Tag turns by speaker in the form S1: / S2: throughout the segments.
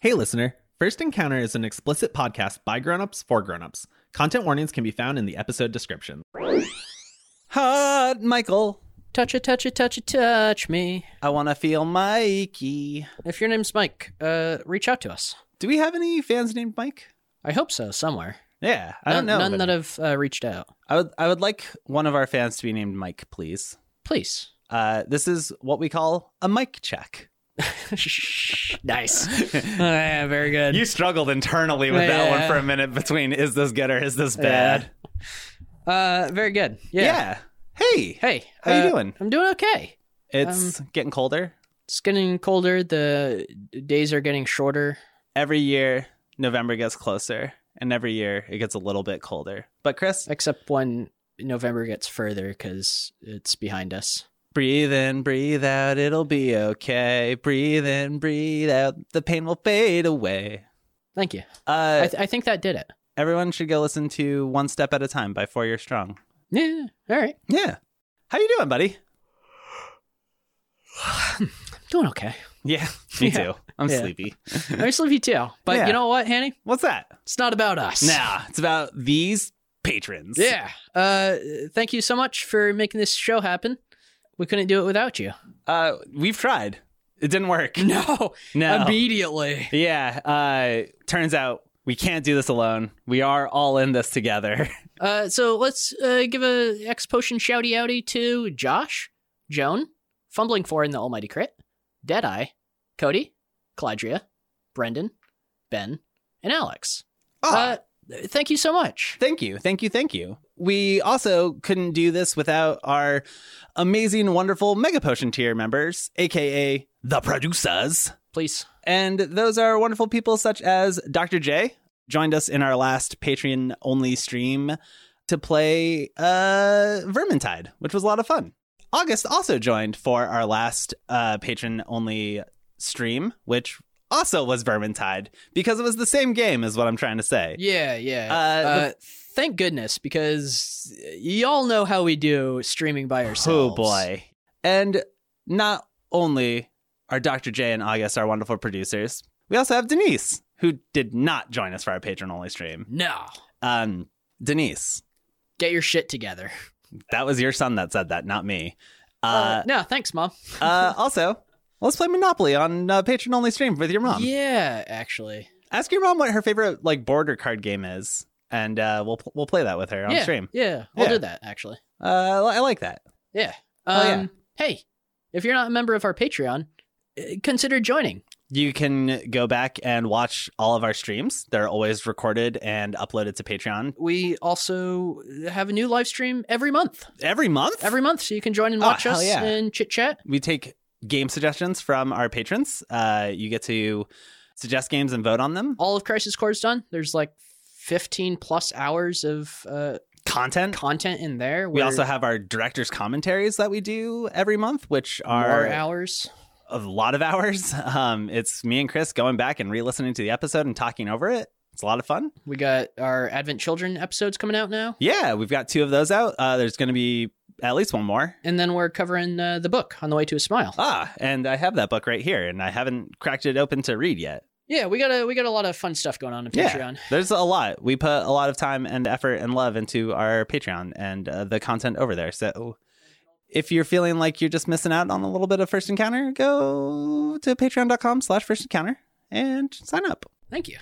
S1: Hey, listener. First Encounter is an explicit podcast by grown-ups for grown-ups. Content warnings can be found in the episode description.
S2: Hot Michael.
S3: Touch it, touch it, touch it, touch me.
S2: I want to feel Mikey.
S3: If your name's Mike, uh, reach out to us.
S1: Do we have any fans named Mike?
S3: I hope so, somewhere.
S1: Yeah, I don't
S3: none,
S1: know.
S3: None
S1: but-
S3: that have uh, reached out.
S2: I would I would like one of our fans to be named Mike, please.
S3: Please.
S2: Uh, this is what we call a mic check.
S3: nice. Oh, Yeah, very good.
S2: You struggled internally with that one
S3: Yeah.
S2: for a minute between is this good or is this bad?
S3: uh, very good. Yeah.
S2: Hey,
S3: Hey.
S2: How you
S3: uh, um,
S2: doing?
S3: I'm doing okay.
S2: it's getting colder
S3: It's getting colder. The days are getting shorter.
S2: every year. November gets closer, and every year it gets a little bit colder. But Chris,
S3: except when November gets further because it's behind us.
S2: breathe in, breathe out. It'll be okay. Breathe in, breathe out. The pain will fade away.
S3: Thank you.
S2: Uh,
S3: I, th- I think that did it.
S2: everyone should go listen to One Step at a Time by Four Year Strong.
S3: Yeah. All right.
S2: Yeah. How you doing, buddy?
S3: Doing okay.
S2: Yeah, me
S3: Yeah.
S2: too. I'm
S3: Yeah.
S2: sleepy.
S3: I'm sleepy too. But
S2: Yeah.
S3: you know what, Hanny?
S2: What's that?
S3: It's not about us.
S2: Nah, it's about these patrons.
S3: Yeah. Uh, thank you so much for making this show happen. We couldn't do it without you.
S2: Uh, we've tried. It didn't work.
S3: No.
S2: No.
S3: Immediately.
S2: Yeah. Uh, turns out we can't do this alone. We are all in this together.
S3: Uh, so let's uh, give a X potion shouty outy to Josh, Joan, fumbling for in the Almighty Crit, Deadeye, Cody, Clydria, Brendan, Ben, and Alex. Uh, thank you so much.
S2: Ah, Thank you. Thank you. Thank you. We also couldn't do this without our amazing, wonderful Mega Potion tier members, aka the producers.
S3: Please.
S2: And those are wonderful people such as Dr. J, joined us in our last Patreon only stream to play uh, Vermintide, which was a lot of fun. August also joined for our last uh, patron only stream, which also was Vermintide because it was the same game, is what I'm trying to say.
S3: Yeah, yeah.
S2: Uh,
S3: Uh, thank goodness because y'all know how we do streaming by
S2: Oh
S3: ourselves.
S2: boy. And not only are Dr. J and August our wonderful producers, we also have Denise, who did not join us for our patron only stream.
S3: No.
S2: Um, Denise,
S3: Get your shit together.
S2: that was your son that said that, not me. Uh,
S3: no, thanks, mom.
S2: uh, also, let's play Monopoly on uh, patron only stream with your mom.
S3: yeah, actually.
S2: Ask your mom what her favorite like board or card game is, and uh, we'll we'll play that with her on
S3: yeah,
S2: stream.
S3: Yeah, I'll
S2: Yeah.
S3: do that actually.
S2: Uh, I like that.
S3: Yeah.
S2: Oh, yeah.
S3: Um, Hey, if you're not a member of our Patreon, uh, consider joining.
S2: You can go back and watch all of our streams. They're always recorded and uploaded to Patreon
S3: We also have a new live stream every month.
S2: every month.
S3: Every month, so you can join and
S2: Oh,
S3: watch
S2: hell
S3: us
S2: yeah.
S3: and chit chat.
S2: we take game suggestions from our patrons. Uh, you get to suggest games and vote on them.
S3: All of Crisis Core's done. There's like 15 plus hours of uh,
S2: Content.
S3: content in there.
S2: We
S3: where
S2: also have our director's commentaries that we do every month, which
S3: more
S2: are
S3: hours.
S2: a lot of hours. Um, it's me and Chris going back and re-listening to the episode and talking over it. It's a lot of fun.
S3: We got our Advent Children episodes coming out now,
S2: Yeah, we've got two of those out. Uh, there's going to be at least one more.
S3: and then we're covering uh, the book on the way to a smile.
S2: Ah, and I have that book right here, and I haven't cracked it open to read yet.
S3: Yeah, we got a we got a lot of fun stuff going on in
S2: Yeah.
S3: Patreon.
S2: There's a lot. We put a lot of time and effort and love into our Patreon and uh, the content over there. So if you're feeling like you're just missing out on a little bit of First Encounter, go to patreon.com slash first encounter and sign up.
S3: Thank you.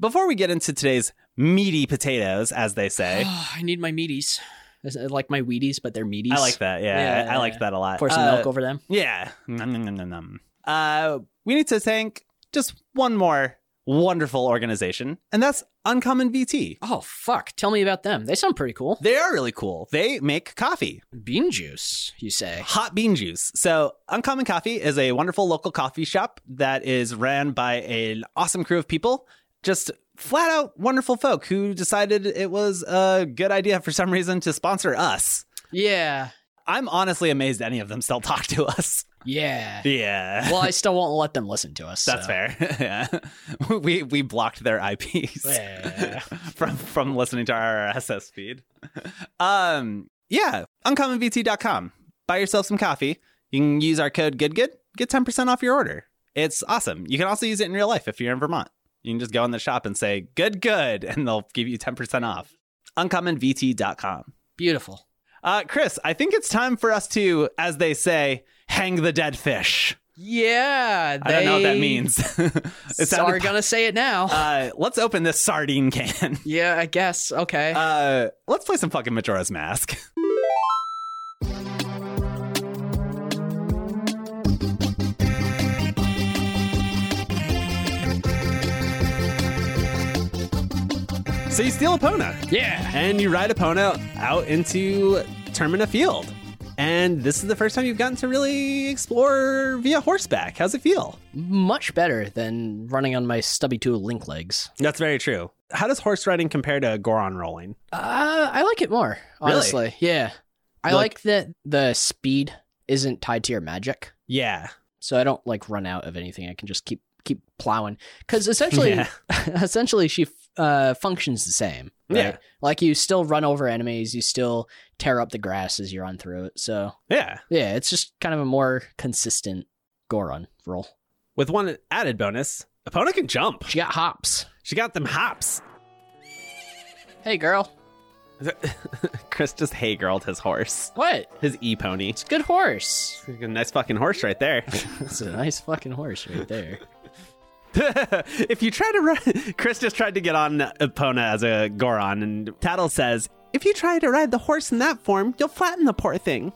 S2: Before we get into today's meaty potatoes, as they say,
S3: Ah, I need my meaties, Is it like my Wheaties, but they're meaties.
S2: I like that. Yeah,
S3: Yeah.
S2: I, I like that a lot.
S3: Pour some
S2: Uh,
S3: milk over them.
S2: Yeah. Nom, nom, nom, nom, nom. Uh, we need to thank just one more wonderful organization, and that's Uncommon VT.
S3: Oh fuck! Tell me about them. They sound pretty cool.
S2: They are really cool. They make coffee,
S3: Bean juice, you say?
S2: hot bean juice. So, Uncommon Coffee is a wonderful local coffee shop that is ran by an awesome crew of people, just flat out wonderful folk who decided it was a good idea for some reason to sponsor us.
S3: Yeah,
S2: I'm honestly amazed any of them still talk to us.
S3: yeah.
S2: Yeah.
S3: well, I still won't let them listen to us.
S2: That's
S3: so.
S2: fair. yeah. We we blocked their IPs
S3: Yeah.
S2: from from listening to our RSS feed. Um yeah, uncommonvt.com. Buy yourself some coffee. You can use our code goodgood, get 10% off your order.
S4: It's awesome. You can also use it in real life if you're in Vermont. You can just go in the shop and say, good, good, and they'll give you 10% off. UncommonVT.com.
S3: Beautiful.
S4: Uh, Chris, I think it's time for us to, as they say, hang the dead fish.
S3: Yeah.
S4: I don't know what that
S3: they-
S4: means. it
S3: so we're
S4: sounded,
S3: gonna say it now.
S4: uh, let's open this sardine can.
S3: yeah, I guess. Okay.
S4: Uh, let's play some fucking Majora's Mask.
S2: So you steal a Pona,
S3: yeah.
S2: and you ride a Pona out into Termina Field. And this is the first time you've gotten to really explore via horseback. How's it feel?
S3: Much better than running on my stubby two link legs.
S2: That's very true. How does horse riding compare to Goron rolling?
S3: Uh, I like it more,
S2: Really?
S3: honestly. Yeah. I
S2: Like-
S3: like, that the speed isn't tied to your magic.
S2: Yeah.
S3: So I don't like run out of anything. I can just keep keep plowing cuz essentially
S2: Yeah.
S3: essentially she f- uh functions the same. right?
S2: Yeah.
S3: Like you still run over enemies, you still tear up the grass as you run through it. So,
S2: Yeah.
S3: yeah, it's just kind of a more consistent Goron roll.
S2: With one added bonus, a Pona can jump.
S3: She got hops.
S2: She got them hops.
S3: Hey girl.
S2: Chris just hey girled his horse,
S3: What?
S2: his e pony.
S3: It's a good horse.
S2: Nice fucking horse right there.
S3: That's a nice fucking horse right there.
S2: if you try to ride, Chris just tried to get on Epona as a Goron, and Tattle says, "If you try to ride the horse in that form, you'll flatten the poor thing."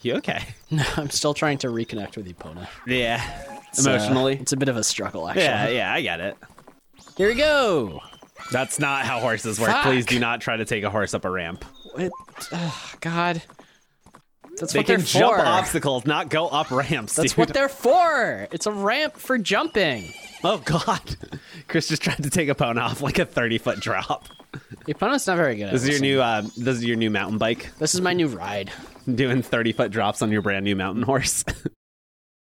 S2: You okay?
S3: No, I'm still trying to reconnect with Epona.
S2: Yeah,
S3: It's, uh,
S2: emotionally.
S3: it's a bit of a struggle, actually.
S2: yeah, yeah, I get it.
S3: Here we go. Oh,
S2: That's not how horses work.
S3: Fuck.
S2: Please do not try to take a horse up a ramp.
S3: It, oh, God. That's
S2: They
S3: what they're
S2: can jump
S3: for.
S2: obstacles, not go up ramps.
S3: That's
S2: dude.
S3: what they're for. It's a ramp for jumping.
S2: Oh God! Chris just tried to take Epona off like a thirty-foot drop.
S3: Epona's not very good at
S2: This is your
S3: this.
S2: new. Uh, this is your new mountain bike.
S3: This is my new ride.
S2: doing 30 foot drops on your brand new mountain horse.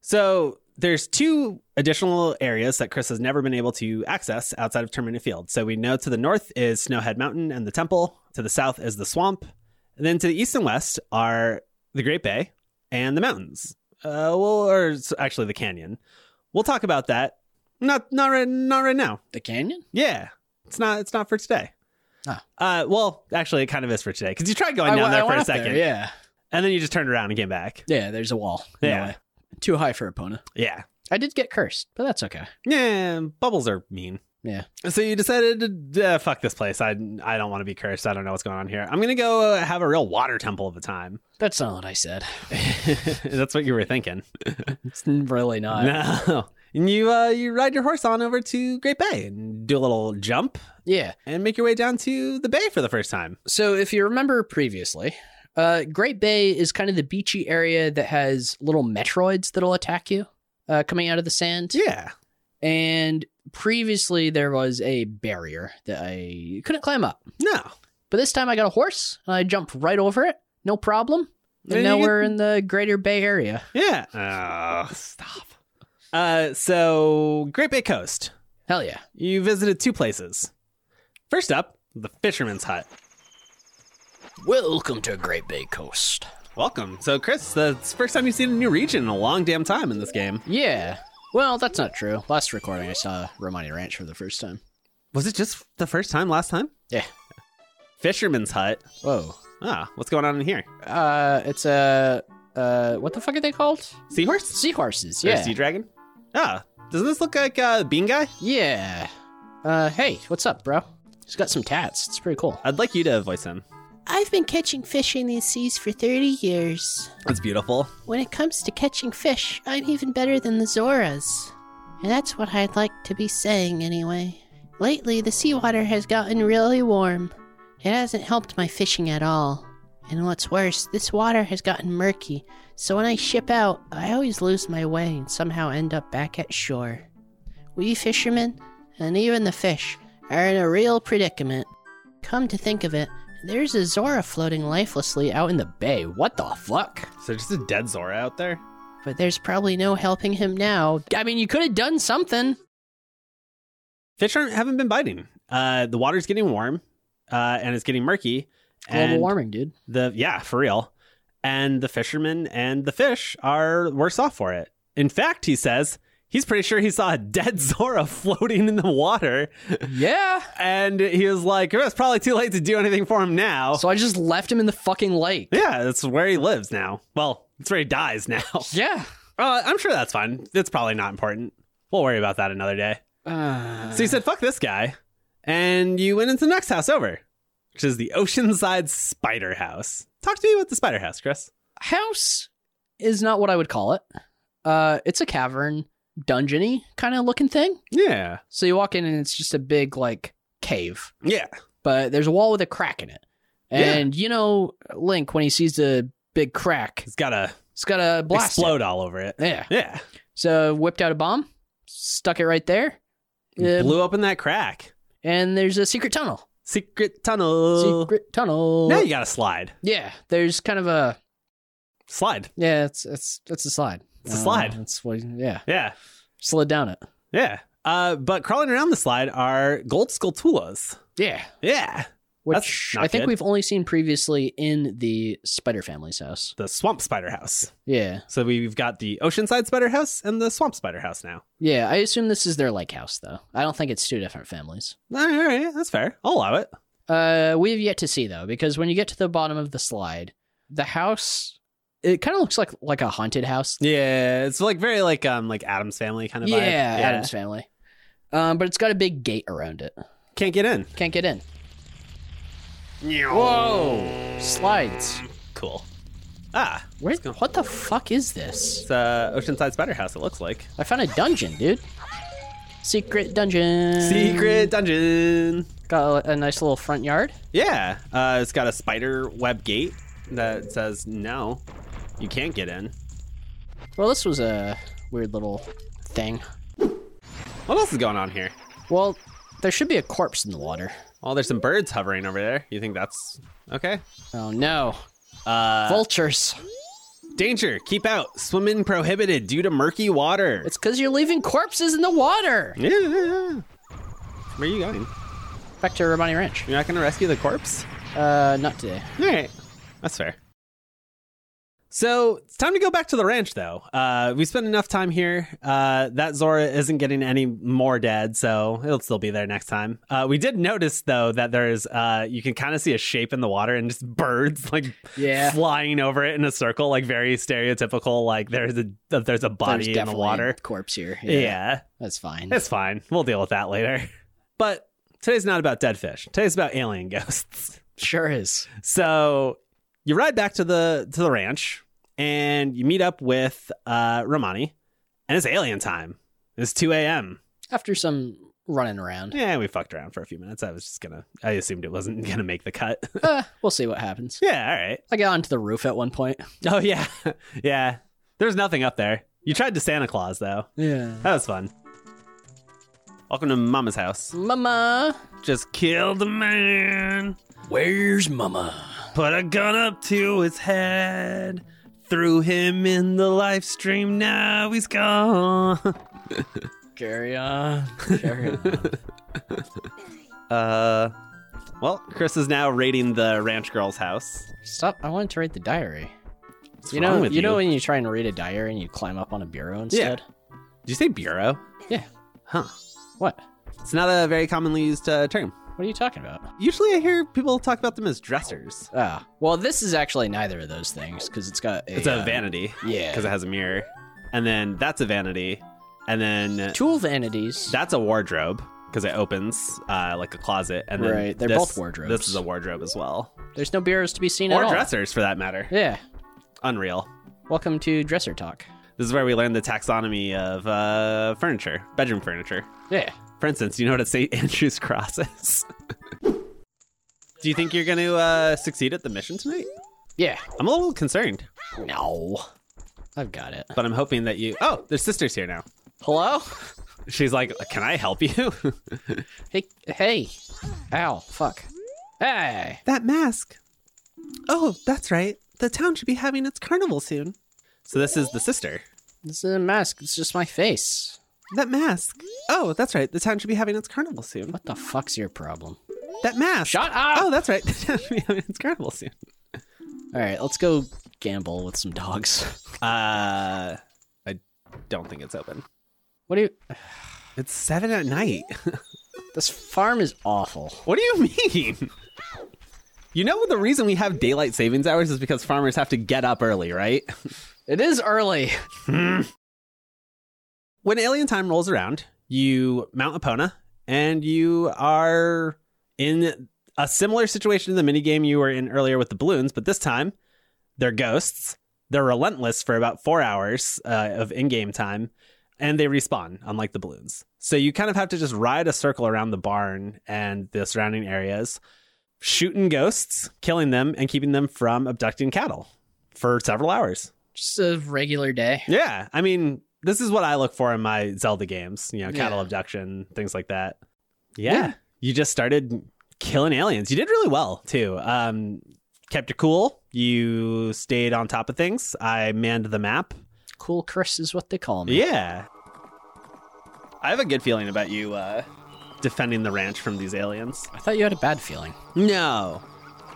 S2: so there's two additional areas that Chris has never been able to access outside of Termina Field. So we know to the north is Snowhead Mountain and the temple, to the south is the swamp, and then to the east and west are the Great Bay and the mountains. Uh, well, or it's actually the canyon. We'll talk about that. Not not right not right now.
S3: The canyon?
S2: Yeah, it's not it's not for today.
S3: Ah.
S2: Uh, well, actually, it kind of is for today because you tried going
S3: I
S2: down
S3: wa- I
S2: there for
S3: went
S2: a
S3: up there,
S2: second.
S3: Yeah.
S2: And then you just turned around and came back.
S3: Yeah, there's a wall. in the
S2: Yeah.
S3: way. Too high for Epona.
S2: Yeah.
S3: I did get cursed, but that's okay.
S2: Yeah, bubbles are mean.
S3: Yeah.
S2: So you decided to uh, fuck this place. I I don't want to be cursed. I don't know what's going on here. I'm going to go uh, have a real water temple of a time.
S3: That's not what I said.
S2: That's what you were thinking.
S3: It's really not.
S2: no. And you uh, you ride your horse on over to Great Bay and do a little jump
S3: Yeah.
S2: and make your way down to the bay for the first time.
S3: So, if you remember previously, uh, Great Bay is kind of the beachy area that has little Metroids that'll attack you uh, coming out of the sand.
S2: Yeah.
S3: And previously, there was a barrier that I couldn't climb up.
S2: No.
S3: But this time, I got a horse and I jumped right over it. No problem.
S2: Yeah,
S3: And now
S2: you get-
S3: we're in the Greater Bay Area.
S2: Yeah. Oh, stop. Uh, so Great Bay Coast.
S3: Hell yeah.
S2: You visited two places. First up, the Fisherman's Hut.
S3: Welcome to Great Bay Coast.
S2: Welcome. So, Chris, that's the first time you've seen a new region in a long damn time in this game.
S3: Yeah. Well, that's not true. Last recording, I saw Romani Ranch for the first time.
S2: Was it just the first time last time?
S3: Yeah.
S2: Fisherman's Hut.
S3: Whoa.
S2: Ah, what's going on in here?
S3: Uh, it's a. Uh, what the fuck are they called?
S2: Seahorse?
S3: Seahorses,
S2: Or
S3: yeah.
S2: sea dragon? Ah, doesn't this look like uh, Bean Guy?
S3: yeah. Uh, hey, what's up, bro? He's got some tats. It's pretty cool.
S2: I'd like you to voice him.
S5: I've been catching fish in these seas for 30 years.
S2: That's beautiful.
S5: When it comes to catching fish, I'm even better than the Zoras. And that's what I'd like to be saying anyway. Lately, the seawater has gotten really warm. It hasn't helped my fishing at all. And what's worse, this water has gotten murky, so when I ship out, I always lose my way and somehow end up back at shore. We fishermen, and even the fish, are in a real predicament. Come to think of it, there's a Zora floating lifelessly out
S3: Out in the bay. What the fuck?
S2: Is there just a dead Zora out there?
S5: but there's probably no helping him now.
S3: I mean, you could have done something.
S2: Fish aren't, haven't been biting. Uh, the water's getting warm, uh, and it's getting murky.
S3: Global
S2: and
S3: warming, dude.
S2: the yeah for real and the fishermen and the fish are worse off for it In fact, he says he's pretty sure he saw a dead Zora floating in the water,
S3: Yeah.
S2: and he was like, "It's probably too late to do anything for him now."
S3: So I just left him in the fucking lake.
S2: yeah, that's where he lives now. Well, it's where he dies now.
S3: Yeah.
S2: Uh, I'm sure that's fine. It's probably not important. We'll worry about that another day.
S3: Uh,
S2: So you said, fuck this guy. And you went into the next house over, which is the Oceanside Spider House. Talk to me about the Spider House, Chris.
S3: house is not what I would call it. Uh, it's a cavern, dungeony kind of looking thing.
S2: Yeah.
S3: So you walk in and it's just a big like cave,
S2: Yeah.
S3: but there's a wall with a crack in it.
S2: Yeah.
S3: And you know, Link when he sees the big crack,
S2: It's got to
S3: it's got a blast. it.
S2: explode all over it.
S3: Yeah.
S2: Yeah.
S3: So whipped out a bomb, stuck it right there, uh,
S2: Blew open that crack.
S3: and there's a secret tunnel.
S2: Secret tunnel.
S3: Secret tunnel.
S2: Now you got to slide.
S3: yeah. There's kind of a
S2: Slide.
S3: yeah. It's it's it's a slide.
S2: It's a slide.
S3: That's what. Yeah.
S2: Yeah.
S3: Slid down it.
S2: Yeah. Uh, but crawling around the slide are gold sculptulas.
S3: Yeah.
S2: Yeah.
S3: Which
S2: That's not
S3: I think
S2: good.
S3: we've only seen previously in the Spider Family's house.
S2: The Swamp Spider House.
S3: Yeah.
S2: So we've got the Oceanside Spider House and the Swamp Spider House now.
S3: Yeah. I assume this is their lake house, though. I don't think it's two different families.
S2: All right, all right, that's fair. I'll allow it.
S3: Uh, we have yet to see, though, because when you get to the bottom of the slide, the house, it kind of looks like like a haunted house.
S2: Yeah, it's like very like um like Adam's family kind of
S3: Yeah,
S2: vibe.
S3: Adam's family. Um, but it's got a big gate around it.
S2: Can't get in.
S3: Can't get in. Whoa! Slides.
S2: Cool. Ah,
S3: Where, what the fuck is this?
S2: it's uh, Oceanside Spider House. It looks like
S3: I found a dungeon, dude. Secret dungeon.
S2: secret dungeon.
S3: Got a, a nice little front yard.
S2: Yeah, uh, it's got a spider web gate that says no, you can't get in.
S3: Well, this was a weird little thing.
S2: What else is going on here?
S3: Well, there should be a corpse in the water.
S2: Oh, there's some birds hovering over there. You think that's okay?
S3: Oh no.
S2: Uh,
S3: Vultures.
S2: danger! Keep out. Swimming prohibited due to murky water.
S3: It's because you're leaving corpses in the water.
S2: yeah, yeah, yeah. Where are you going?
S3: Back to Romani Ranch.
S2: You're not gonna rescue the corpse?
S3: Uh, not today.
S2: All right. That's fair. So it's time to go back to the ranch, though. Uh, we spent enough time here. Uh, that Zora isn't getting any more dead, so it'll still be there next time. Uh, we did notice, though, that there's uh, you can kind of see a shape in the water and just birds like
S3: Yeah.
S2: flying over it in a circle, like very stereotypical. Like there's a that there's a
S3: There's
S2: body in the
S3: definitely a
S2: water.
S3: corpse here.
S2: Yeah.
S3: That's fine.
S2: it's fine. We'll deal with that later. But today's not about dead fish. Today's about alien ghosts.
S3: Sure is.
S2: So you ride back to the to the ranch and you meet up with uh Romani and it's alien time. It's 2 a.m.
S3: After some running around.
S2: Yeah, we fucked around for a few minutes. I was just gonna I assumed it wasn't gonna make the cut.
S3: uh, we'll see what happens.
S2: yeah, all right.
S3: I got onto the roof at one point.
S2: Oh yeah. yeah. There's nothing up there. You tried to Santa Claus though.
S3: Yeah.
S2: That was fun. Welcome to Mama's house.
S3: Mama.
S2: Just kill the man.
S3: Where's Mama?
S2: Put a gun up to his head. Threw him in the live stream. Now he's gone.
S3: Carry on. Carry on.
S2: Uh, well, Chris is now raiding the ranch girl's house.
S3: Stop. I wanted to write the diary.
S2: What's
S3: You
S2: wrong
S3: know,
S2: with
S3: you know when you try and read a diary and you climb up on a bureau instead.
S2: Did you say bureau?
S3: Yeah.
S2: Huh.
S3: What?
S2: It's not a very commonly used uh, term.
S3: What are you talking about?
S2: Usually, I hear people talk about them as dressers.
S3: Ah, well, this is actually neither of those things because it's got a,
S2: It's a
S3: uh,
S2: vanity
S3: Yeah,
S2: because it has a mirror, and then that's a vanity, and then
S3: two vanities.
S2: that's a wardrobe because it opens uh, like a closet. And then
S3: Right, they're
S2: this-
S3: both wardrobes.
S2: This is a wardrobe as well,
S3: There's no bureaus to be seen
S2: or
S3: at
S2: dressers for that matter.
S3: all. Yeah.
S2: Unreal.
S3: Welcome to dresser talk.
S2: This is where we learn the taxonomy of uh, furniture, bedroom furniture.
S3: Yeah.
S2: For instance, do you know what a St. Andrew's cross is? do you think you're going to uh, succeed at the mission tonight?
S3: Yeah.
S2: I'm a little concerned,
S3: No. I've got it.
S2: but I'm hoping that you. Oh, there's sisters here now.
S3: Hello.
S2: She's like, "Can I help you?"
S3: Hey. Hey. Ow. Fuck. Hey.
S2: that mask. Oh, that's right. The town should be having its carnival soon. So this is the sister.
S3: This is a mask. It's just my face.
S2: That mask. Oh, that's right. The town should be having its carnival soon.
S3: What the fuck's your problem?
S2: That mask.
S3: Shut up.
S2: Oh, that's right. The town should be having its carnival soon.
S3: All right. Let's go gamble with some dogs.
S2: Uh, I
S4: don't think it's open.
S3: What do you?
S2: It's seven at night.
S3: This farm is awful.
S4: What do you mean?
S2: You know the reason we have daylight savings hours is because farmers have to get up early, right?
S3: It is early.
S2: When alien time rolls around, you mount Epona and you are in a similar situation to the minigame you were in earlier with the balloons, but this time they're ghosts. They're relentless for about four hours uh, of in game time and they respawn, unlike the balloons. So you kind of have to just ride a circle around the barn and the surrounding areas, shooting ghosts, killing them, and keeping them from abducting cattle for several hours.
S3: Just a regular day.
S2: Yeah, I mean, this is what I look for in my Zelda games. You know, cattle
S3: Yeah.
S2: abduction, things like that. Yeah. you just started killing aliens. You did really well too. Um, kept your cool. You stayed on top of things. I manned the map.
S3: Cool Chris is what they call me.
S2: Yeah,
S4: I have a good feeling about you. Uh,
S2: defending the ranch from these aliens.
S3: I thought you had a bad feeling.
S2: No,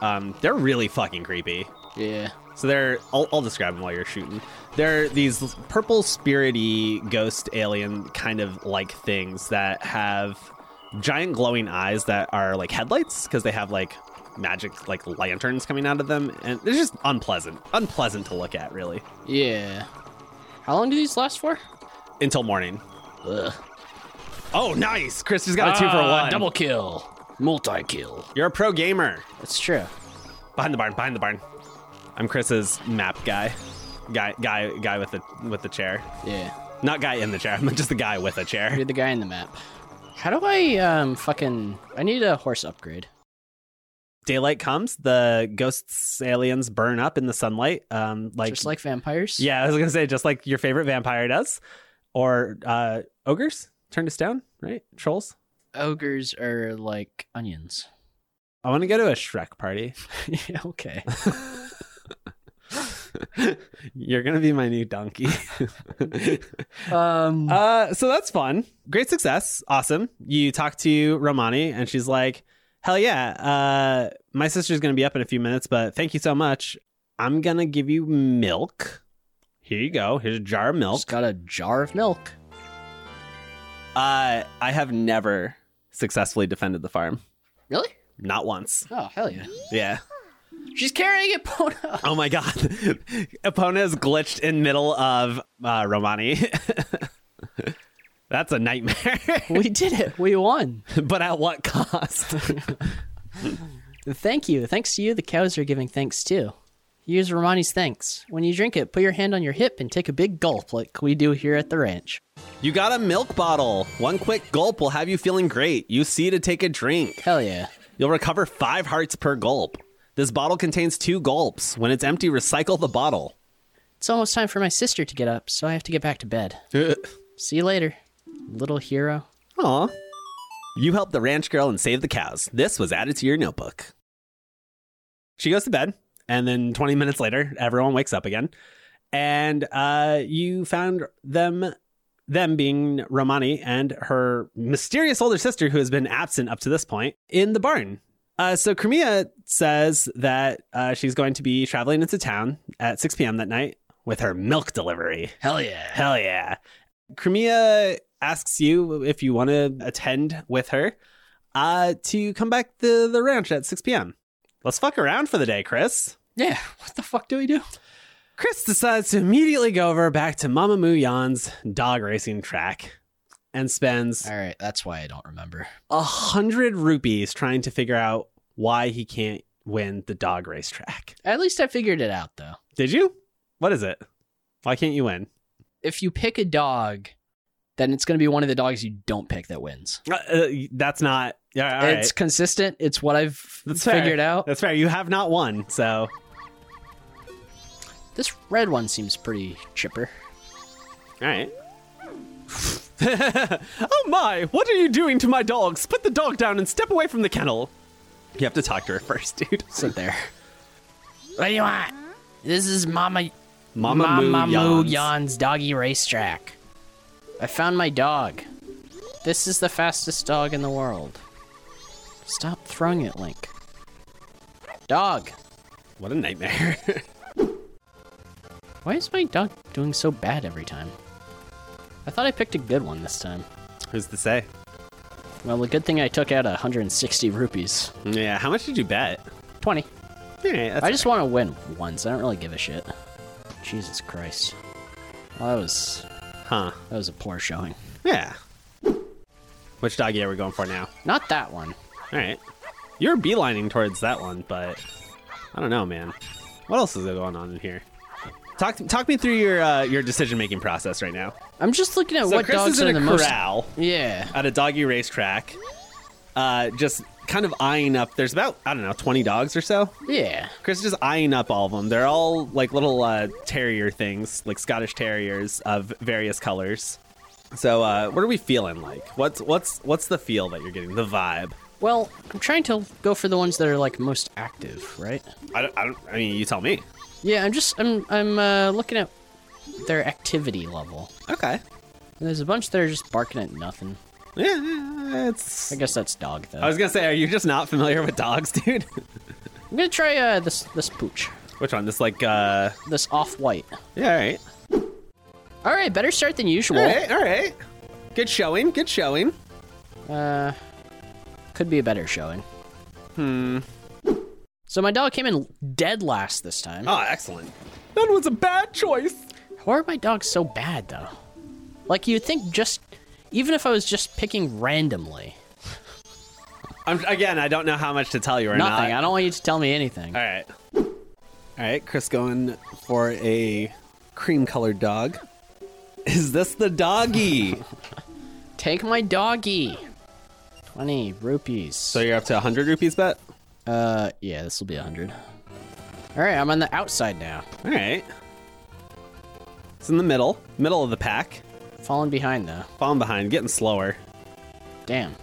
S2: um, they're really fucking creepy.
S3: Yeah.
S2: So they're. I'll, I'll describe them while you're shooting. They're these purple spirity ghost alien kind of like things that have giant glowing eyes that are like headlights because they have like magic like lanterns coming out of them and they're just unpleasant unpleasant to look at really
S3: Yeah. How long do these last for?
S2: until morning
S3: Ugh.
S2: oh nice chris has got a two for
S3: Ah,
S2: one
S3: Double kill. Multi kill.
S2: you're a pro gamer
S3: That's true.
S2: behind the barn behind the barn i'm chris's map guy guy guy guy with the with the chair
S3: Yeah.
S2: not guy in the chair i'm just the guy with a chair
S3: You're the guy in the map. How do I um fucking I need a horse upgrade.
S2: daylight comes, the ghosts aliens burn up in the sunlight. Um, like,
S3: Just like vampires?
S2: yeah, I was gonna say just like your favorite vampire does, or uh, ogres turn to stone, right? Trolls.
S3: Ogres are like onions.
S2: I want to go to a Shrek party.
S3: yeah, okay.
S2: You're gonna be my new donkey.
S3: Um
S2: uh, so that's fun. Great success. Awesome. You talk to Romani, and she's like, "Hell yeah! Uh, my sister's gonna be up in a few minutes, but thank you so much. I'm gonna give you milk. Here you go. Here's a jar of milk.
S3: just got a jar of milk.
S2: Uh, I have never successfully defended the farm.
S3: Really?
S2: Not once.
S3: Oh hell yeah.
S2: Yeah.
S3: She's carrying it, Pona.
S2: Oh my god. Epona is glitched in middle of uh, Romani. That's a nightmare.
S3: we did it. We won.
S2: but at what cost?
S3: Thank you. Thanks to you, the cows are giving thanks too. Use Romani's thanks. When you drink it, put your hand on your hip and take a big gulp like we do here at the ranch.
S2: you got a milk bottle. One quick gulp will have you feeling great. You see to take a drink.
S3: Hell yeah.
S2: You'll recover five hearts per gulp. This bottle contains two gulps. When it's empty, recycle the bottle.
S3: It's almost time for my sister to get up, so I have to get back to bed. See you later, little hero.
S2: Aw. You helped the ranch girl and saved the cows. This was added to your notebook. She goes to bed, and then 20 minutes later, everyone wakes up again. And uh, you found them, them being Romani and her mysterious older sister, who has been absent up to this point, in the barn. Uh, so Crimea says that uh, she's going to be traveling into town at 6 p.m. that night with her milk delivery.
S3: Hell yeah.
S2: Hell yeah. Crimea asks you if you want to attend with her uh, to come back to the ranch at 6 p.m. Let's fuck around for the day, Chris.
S3: Yeah, what the fuck do we do?
S2: Chris decides to immediately go over back to Mamamoo Yan's dog racing track and spends
S3: All right, that's why I don't remember.
S2: a hundred rupees trying to figure out why he can't win the dog race track.
S3: At least I figured it out though.
S2: Did you? What is it? Why can't you win?
S3: If you pick a dog, then it's going to be one of the dogs you don't pick that wins.
S2: Uh, uh, that's not. Yeah, all right.
S3: it's consistent. It's what I've
S2: That's fair.
S3: figured out.
S2: That's fair. You have not won, so
S3: This red one seems pretty chipper.
S2: All right. oh my, what are you doing to my dogs? Put the dog down and step away from the kennel. You have to talk to her first, dude.
S3: Sit there. What do you want? This is Mama
S2: Mama,
S3: Mama Moo
S2: Moo
S3: Yan's doggy racetrack. I found my dog. This is the fastest dog in the world. Stop throwing it, Link. Dog,
S2: What a nightmare.
S3: why is my dog doing so bad every time? I thought I picked a good one this time.
S2: Who's to say?
S3: Well, the good thing I took out 160 rupees.
S2: Yeah, how much did you bet?
S3: 20.
S2: Yeah, that's
S3: I just want to win once. I don't really give a shit. Jesus Christ. Well, that was
S2: huh.
S3: that was a poor showing.
S2: Yeah. Which doggy are we going for now?
S3: Not that one.
S2: All right. You're beelining towards that one, but I don't know, man. What else is going on in here? Talk talk me through your uh, your decision making process right now.
S3: I'm just looking at
S2: So
S3: what
S2: Chris
S3: dogs
S2: is
S3: are
S2: in
S3: the
S2: a
S3: most.
S2: corral
S3: Yeah.
S2: at a doggy racetrack, uh, just kind of eyeing up. There's about I don't know twenty dogs or so.
S3: Yeah.
S2: Chris is just eyeing up all of them. They're all like little uh, terrier things, like Scottish terriers of various colors. So, uh, what are we feeling like? What's what's what's the feel that you're getting? The vibe?
S3: Well, I'm trying to go for the ones that are like most active, right?
S2: I, don't- I, don't- I mean, you tell me.
S3: Yeah, I'm just I'm I'm uh, looking at their activity level.
S2: Okay.
S3: And there's a bunch that are just barking at nothing.
S2: Yeah, it's.
S3: I guess that's dog though.
S2: I was gonna say, are you just not familiar with dogs, dude?
S3: I'm gonna try uh, this this pooch,
S2: Which one? This like, uh,
S3: this off white.
S2: yeah, all right,
S3: All right, better start than usual.
S2: all right, all right. Good showing, good showing.
S3: Uh, could be a better showing. Hmm. So my dog came in dead last this time.
S2: Oh, excellent. That was a bad choice.
S3: Why are my dogs so bad though? Like you'd think just, even if I was just picking randomly,
S2: I'm, again, I don't know how much to tell you or not.
S3: nothing. I don't want you to tell me anything.
S2: All right. All right, Chris going for a cream colored dog. Is this the doggy?
S3: Take my doggy. Twenty rupees.
S2: so you're up to 100 rupees bet?
S3: uh, yeah, this will be a hundred. All right, I'm on the outside now,
S2: All right. It's in the middle, middle of the pack.
S3: falling behind though.
S2: Falling behind, getting slower.
S3: Damn.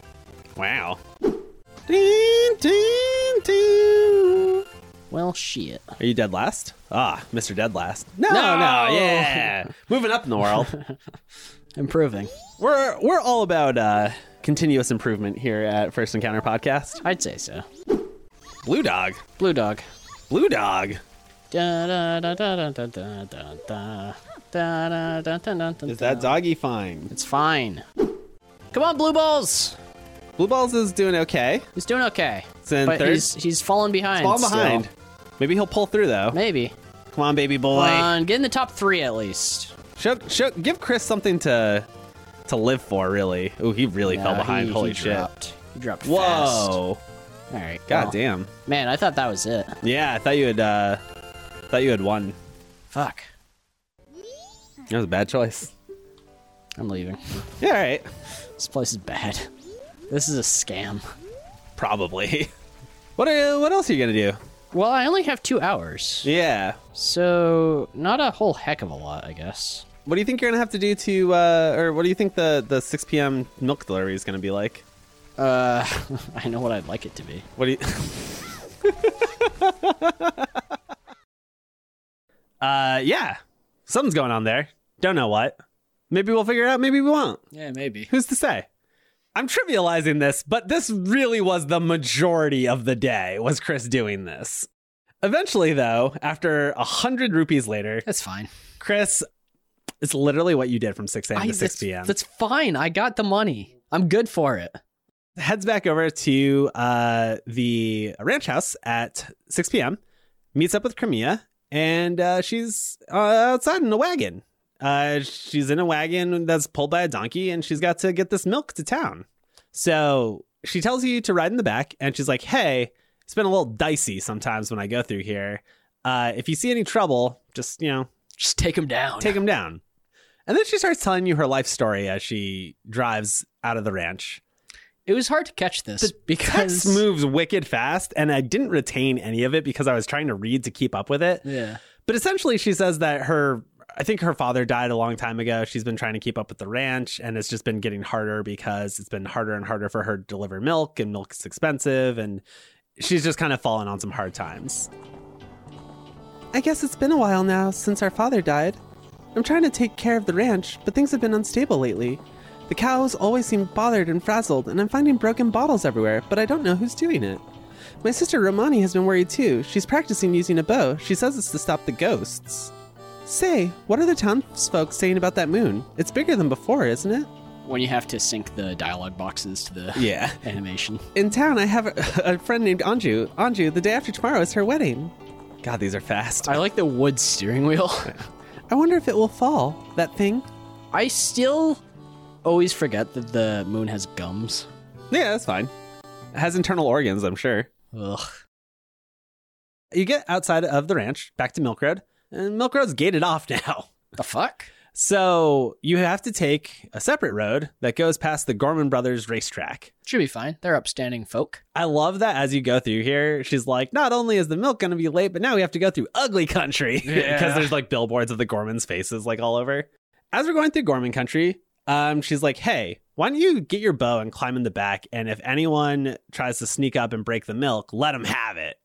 S2: Wow. Ding, ding, ding.
S3: Well, shit.
S2: Are you dead last? Ah, Mr. Dead Last. No,
S3: No!
S2: no, yeah. Moving up in the world.
S3: Improving.
S2: we're we're all about uh, continuous improvement here at First Encounter Podcast.
S3: I'd say so.
S2: Blue dog.
S3: Blue dog.
S2: Blue dog.
S3: Da da da da da da da da da da da da da da.
S2: Is that doggy fine?
S3: It's fine. Come on, Blue Balls.
S2: Blue Balls is doing okay.
S3: He's doing okay.
S2: It's in
S3: but
S2: third.
S3: he's he's falling behind.
S2: Fall
S3: still.
S2: behind. Maybe he'll pull through though.
S3: Maybe.
S2: Come on, baby boy.
S3: Come on, get in the top three at least.
S2: Show, show, give Chris something to to live for. Really. Oh, he really fell
S3: Nah,
S2: behind.
S3: he-
S2: Holy
S3: he
S2: shit.
S3: Dropped. He dropped fast. All
S2: Whoa.
S3: right.
S2: God
S3: well,
S2: damn.
S3: Man, I thought that was it.
S2: Yeah, I thought you had. Uh, thought you had won.
S3: Fuck.
S2: That was a bad choice.
S3: I'm leaving.
S2: Yeah. All right.
S3: This place is bad. This is a scam.
S2: Probably. What are, what else are you gonna do?
S3: Well, I only have two hours,
S2: Yeah.
S3: so not a whole heck of a lot, I guess.
S2: What do you think you're gonna have to do to, uh, or what do you think the the 6 p.m. milk delivery is gonna be like?
S3: Uh, I know what I'd like it to be.
S2: What do you? uh, yeah, something's going on there. Don't know what. Maybe we'll figure it out. Maybe we won't.
S3: Yeah, maybe.
S2: Who's to say? I'm trivializing this, but this really was the majority of the day was Chris doing this. Eventually, though, after a hundred rupees later,
S3: That's fine.
S2: Chris, it's literally what you did from 6 a.m.
S3: I-
S2: to 6
S3: that's,
S2: p.m.
S3: That's fine. I got the money. I'm good for it.
S2: heads back over to uh, the ranch house at 6 p.m., meets up with Crimea, and uh, she's uh, outside in a wagon. Uh, she's in a wagon that's pulled by a donkey, and she's got to get this milk to town. So she tells you to ride in the back, and she's like, hey, it's been a little dicey sometimes when I go through here. Uh, if you see any trouble, just, you know,
S3: Just take him down.
S2: take him down. And then she starts telling you her life story as she drives out of the ranch.
S3: it was hard to catch this because
S2: Text moves wicked fast, and I didn't retain any of it because I was trying to read to keep up with it.
S3: Yeah.
S2: But essentially, she says that her, I think her father died a long time ago. She's been trying to keep up with the ranch, and it's just been getting harder because it's been harder and harder for her to deliver milk, and milk's expensive, and she's just kind of fallen on some hard times. I guess it's been a while now since our father died. I'm trying to take care of the ranch, but things have been unstable lately. The cows always seem bothered and frazzled, and I'm finding broken bottles everywhere, but I don't know who's doing it. My sister Romani has been worried too. She's practicing using a bow. She says it's to stop the ghosts. Say, what are the townsfolk saying about that moon? It's bigger than before, isn't it?
S3: When you have to sync the dialogue boxes to the
S2: Yeah.
S3: animation.
S2: In town, I have a, a friend named Anju. Anju, the day after tomorrow is her wedding. God, these are fast.
S3: I like the wood steering wheel.
S2: I wonder if it will fall, that thing.
S3: I still always forget that the moon has gums.
S2: Yeah, that's fine. It has internal organs, I'm sure.
S3: Ugh.
S2: You get outside of the ranch, back to Milk Road, and Milk Road's gated off now.
S3: The fuck?
S2: So you have to take a separate road that goes past the Gorman Brothers racetrack.
S3: Should be fine. They're upstanding folk.
S2: I love that as you go through here, she's like, not only is the milk going to be late, but now we have to go through ugly country because
S3: Yeah.
S2: there's like billboards of the Gorman's faces like all over. As we're going through Gorman country, um, she's like, hey, why don't you get your bow and climb in the back? And if anyone tries to sneak up and break the milk, let them have it.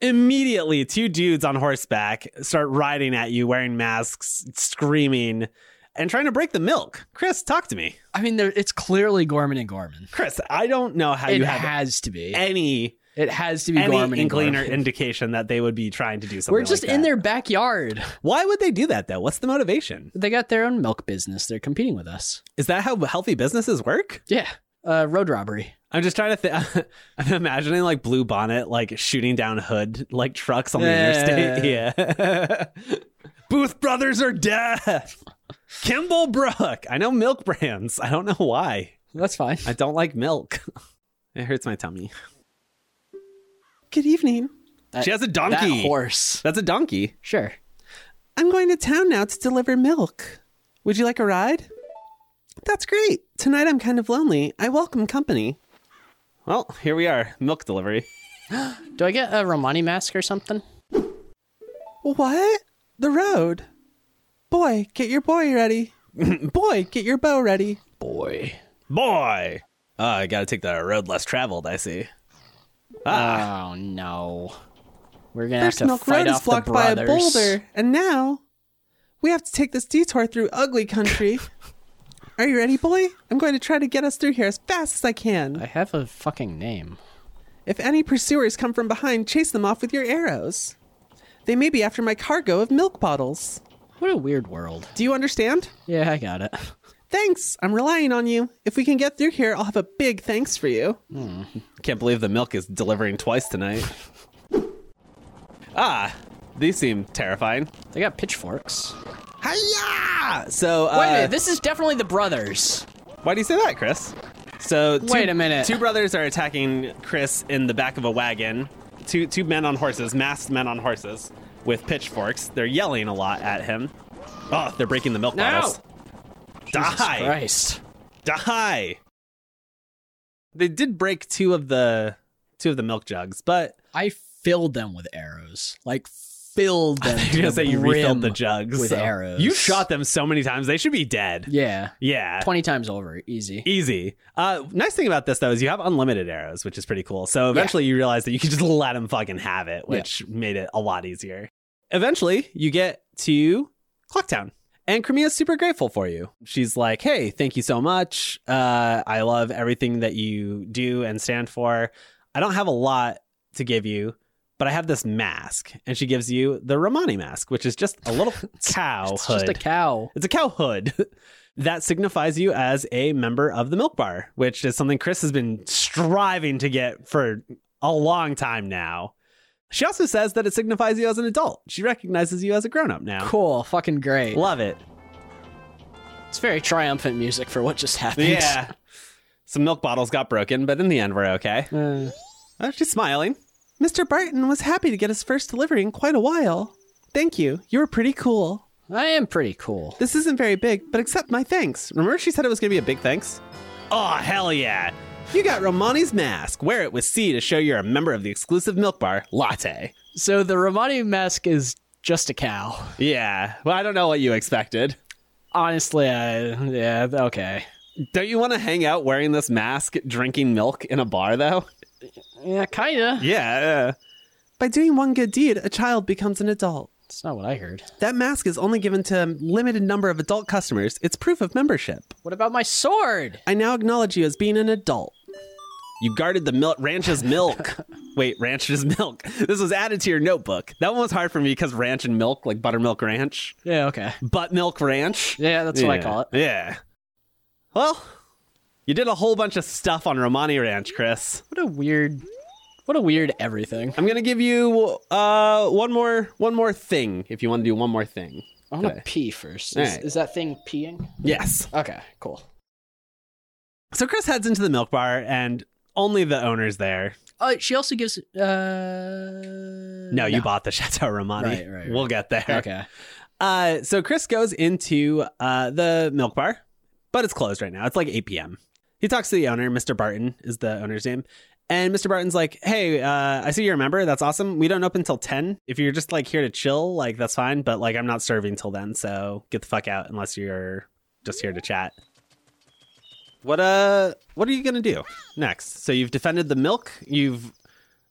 S2: Immediately, two dudes on horseback start riding at you, wearing masks, screaming, and trying to break the milk. Chris, talk to me.
S3: I mean, there- it's clearly Gorman and Gorman.
S2: Chris, I don't know how
S3: It
S2: you have
S3: has to be.
S2: any
S3: It has to be
S2: any
S3: Gorman and
S2: inkling or
S3: Gorman.
S2: indication that they would be trying to do something.
S3: We're just
S2: like
S3: in
S2: that.
S3: their backyard.
S2: Why would they do that though? What's the motivation?
S3: They got their own milk business. They're competing with us.
S2: Is that how healthy businesses work?
S3: Yeah. Uh, road robbery.
S2: I'm just trying to. Th- I'm imagining like Blue Bonnet like shooting down hood like trucks on the
S3: Yeah.
S2: interstate. Yeah. Booth brothers are dead. Kimball Brook. I know milk brands. I don't know why.
S3: That's fine.
S2: I don't like milk. It hurts my tummy. Good evening.
S3: That-
S2: she has a
S3: that
S2: donkey.
S3: horse.
S2: That's a donkey.
S3: Sure.
S2: I'm going to town now to deliver milk. Would you like a ride? That's great. Tonight I'm kind of lonely. I welcome company. Well, here we are. Milk delivery.
S3: Do I get a Romani mask or something?
S2: What? The road. Boy, get your boy ready. boy, get your bow ready.
S3: Boy.
S2: Boy! Oh, I gotta take the road less traveled, I see.
S3: Oh no. We're gonna
S2: First
S3: have to
S2: Milk
S3: fight
S2: Road is
S3: off the
S2: blocked by a
S3: brothers.
S2: boulder, and now we have to take this detour through ugly country. Are you ready, boy? I'm going to try to get us through here as fast as I can.
S3: I have a fucking name.
S2: If any pursuers come from behind, chase them off with your arrows. They may be after my cargo of milk bottles.
S3: What a weird world.
S2: Do you understand?
S3: Yeah, I got it.
S2: Thanks. I'm relying on you. If we can get through here, I'll have a big thanks for you. Hmm. Can't believe the milk is delivering twice tonight. ah, these seem terrifying.
S3: They got pitchforks.
S2: Hiya! So, uh,
S3: Wait a minute, this is definitely the brothers.
S2: Why do you say that, Chris? So two,
S3: Wait a minute.
S2: Two brothers are attacking Chris in the back of a wagon. Two two men on horses, masked men on horses with pitchforks. They're yelling a lot at him. Oh, they're breaking the milk
S3: No!
S2: bottles. Die!
S3: Christ.
S2: Die! They did break two of the two of the milk jugs, but
S3: I filled them with arrows. Like filled them.
S2: you're
S3: to
S2: gonna
S3: the
S2: say you refilled the
S3: brim.
S2: jugs
S3: with
S2: so-
S3: arrows.
S2: You shot them so many times; they should be dead.
S3: Yeah.
S2: Yeah,
S3: Twenty times over. Easy.
S2: Easy. Uh, nice thing about this though is you have unlimited arrows, which is pretty cool. So eventually you realize that you can just let them fucking have it, which made it a lot easier. Eventually you get to Clocktown. And Crimea's super grateful for you. She's like, hey, thank you so much. Uh, I love everything that you do and stand for. I don't have a lot to give you, but I have this mask. And she gives you the Romani mask, which is just a little cow
S3: it's
S2: hood.
S3: just a cow.
S2: It's a cow hood. that signifies you as a member of the milk bar, which is something Chris has been striving to get for a long time now. She also says that it signifies you as an adult. She recognizes you as a grown up now.
S3: Cool. Fucking great.
S2: Love it.
S3: It's very triumphant music for what just happened.
S2: Yeah. Some milk bottles got broken, but in the end, we're okay.
S3: Uh,
S2: Oh, she's smiling. Mr. Barton was happy to get his first delivery in quite a while. Thank you. You were pretty cool.
S3: I am pretty cool.
S2: This isn't very big, but accept my thanks. Remember she said it was going to be a big thanks? Oh, hell yeah. You got Romani's mask. Wear it with C to show you're a member of the exclusive milk bar, Latte.
S3: So the Romani mask is just a cow.
S2: Yeah. Well, I don't know what you expected.
S3: Honestly, I yeah, okay.
S2: Don't you want to hang out wearing this mask, drinking milk in a bar, though?
S3: Yeah, kinda.
S2: Yeah. By doing one good deed, a child becomes an adult.
S3: That's not what I heard.
S2: That mask is only given to a limited number of adult customers. It's proof of membership.
S3: What about my sword?
S2: I now acknowledge you as being an adult. You guarded the mil- ranch's milk. wait, ranch is milk. This was added to your notebook. That one was hard for me because ranch and milk, like buttermilk ranch,
S3: Yeah, okay.
S2: butt milk ranch.
S3: Yeah, that's what I call it.
S2: Yeah. Well, you did a whole bunch of stuff on Romani Ranch, Chris.
S3: What a weird, what a weird everything.
S2: I'm gonna give you uh one more one more thing if you want to do one more thing.
S3: I want
S2: Okay.
S3: to pee first.
S2: All
S3: Is,
S2: right.
S3: is that thing peeing?
S2: Yes.
S3: Okay, cool.
S2: So Chris heads into the milk bar and only the owner's there.
S3: Oh, she also gives. Uh,
S2: No, you bought the Chateau Romani.
S3: Right, right, right.
S2: We'll get there.
S3: Okay.
S2: Uh, so Chris goes into uh, the milk bar, but it's closed right now. It's like 8 p.m. He talks to the owner. Mr. Barton is the owner's name. And Mr. Barton's like, hey, uh, I see you're a member. That's awesome. We don't open till 10. If you're just like here to chill, like that's fine. But like I'm not serving till then. So get the fuck out unless you're just here to chat. What uh what are you gonna do next? So you've defended the milk, you've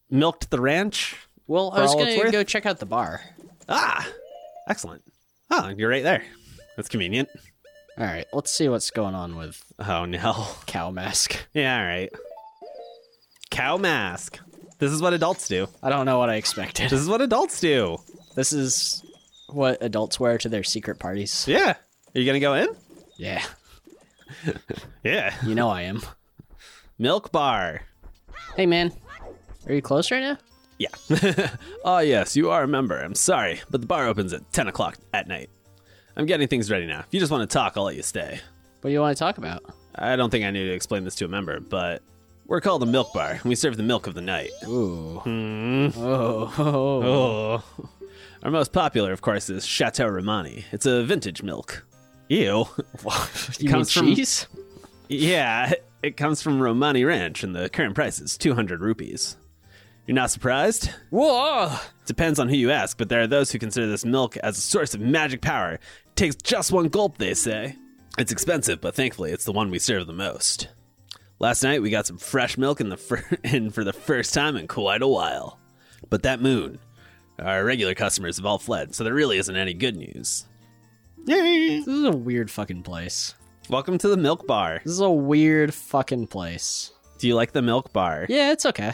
S2: milked the ranch.
S3: Well,
S2: For
S3: I was
S2: all it's
S3: gonna
S2: worth.
S3: go check out the bar.
S2: Ah excellent. Oh, you're right there. That's convenient.
S3: All right, let's see what's going on with
S2: Oh no.
S3: Cow Mask.
S2: Yeah, all right. Cow mask. This is what adults do.
S3: I don't know what I expected.
S2: This is what adults do.
S3: This is what adults wear to their secret parties.
S2: Yeah. Are you gonna go in?
S3: Yeah,
S2: Yeah.
S3: you know I am.
S2: Milk bar.
S3: Hey, man, are you close right now?
S2: Yeah. oh yes, you are a member. I'm sorry, but the bar opens at ten o'clock at night. I'm getting things ready now. If you just want to talk, I'll let you stay.
S3: What do you want to talk about?
S2: I don't think I need to explain this to a member, but we're called the milk bar, and we serve the milk of the night.
S3: Ooh. Oh, oh, oh.
S2: Oh. Our most popular, of course, is Chateau Romani. It's a vintage milk. Ew.
S3: You mean
S2: comes from-
S3: cheese?
S2: Yeah, it comes from Romani Ranch, and the current price is 200 rupees. You're not surprised?
S3: Whoa!
S2: Depends on who you ask, but there are those who consider this milk as a source of magic power. It takes just one gulp, they say. It's expensive, but thankfully it's the one we serve the most. Last night we got some fresh milk in the fir- in for the first time in quite a while. But that moon, our regular customers have all fled, so there really isn't any good news. Yay!
S3: This is a weird fucking place.
S2: Welcome to the milk bar.
S3: This is a weird fucking place.
S2: Do you like the milk bar?
S3: Yeah, it's okay.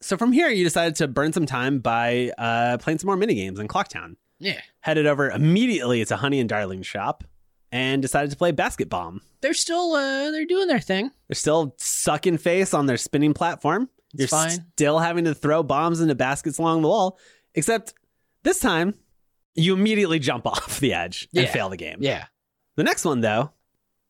S2: So from here, you decided to burn some time by uh, playing some more minigames in Clocktown.
S3: Yeah.
S2: Headed over immediately to Honey and Darling's shop and decided to play Basket Bomb.
S3: They're still uh they're doing their thing.
S2: They're still sucking face on their spinning platform.
S3: It's
S2: You're
S3: fine.
S2: still having to throw bombs into baskets along the wall, except this time you immediately jump off the edge and
S3: Yeah.
S2: fail the game.
S3: Yeah.
S2: The next one, though,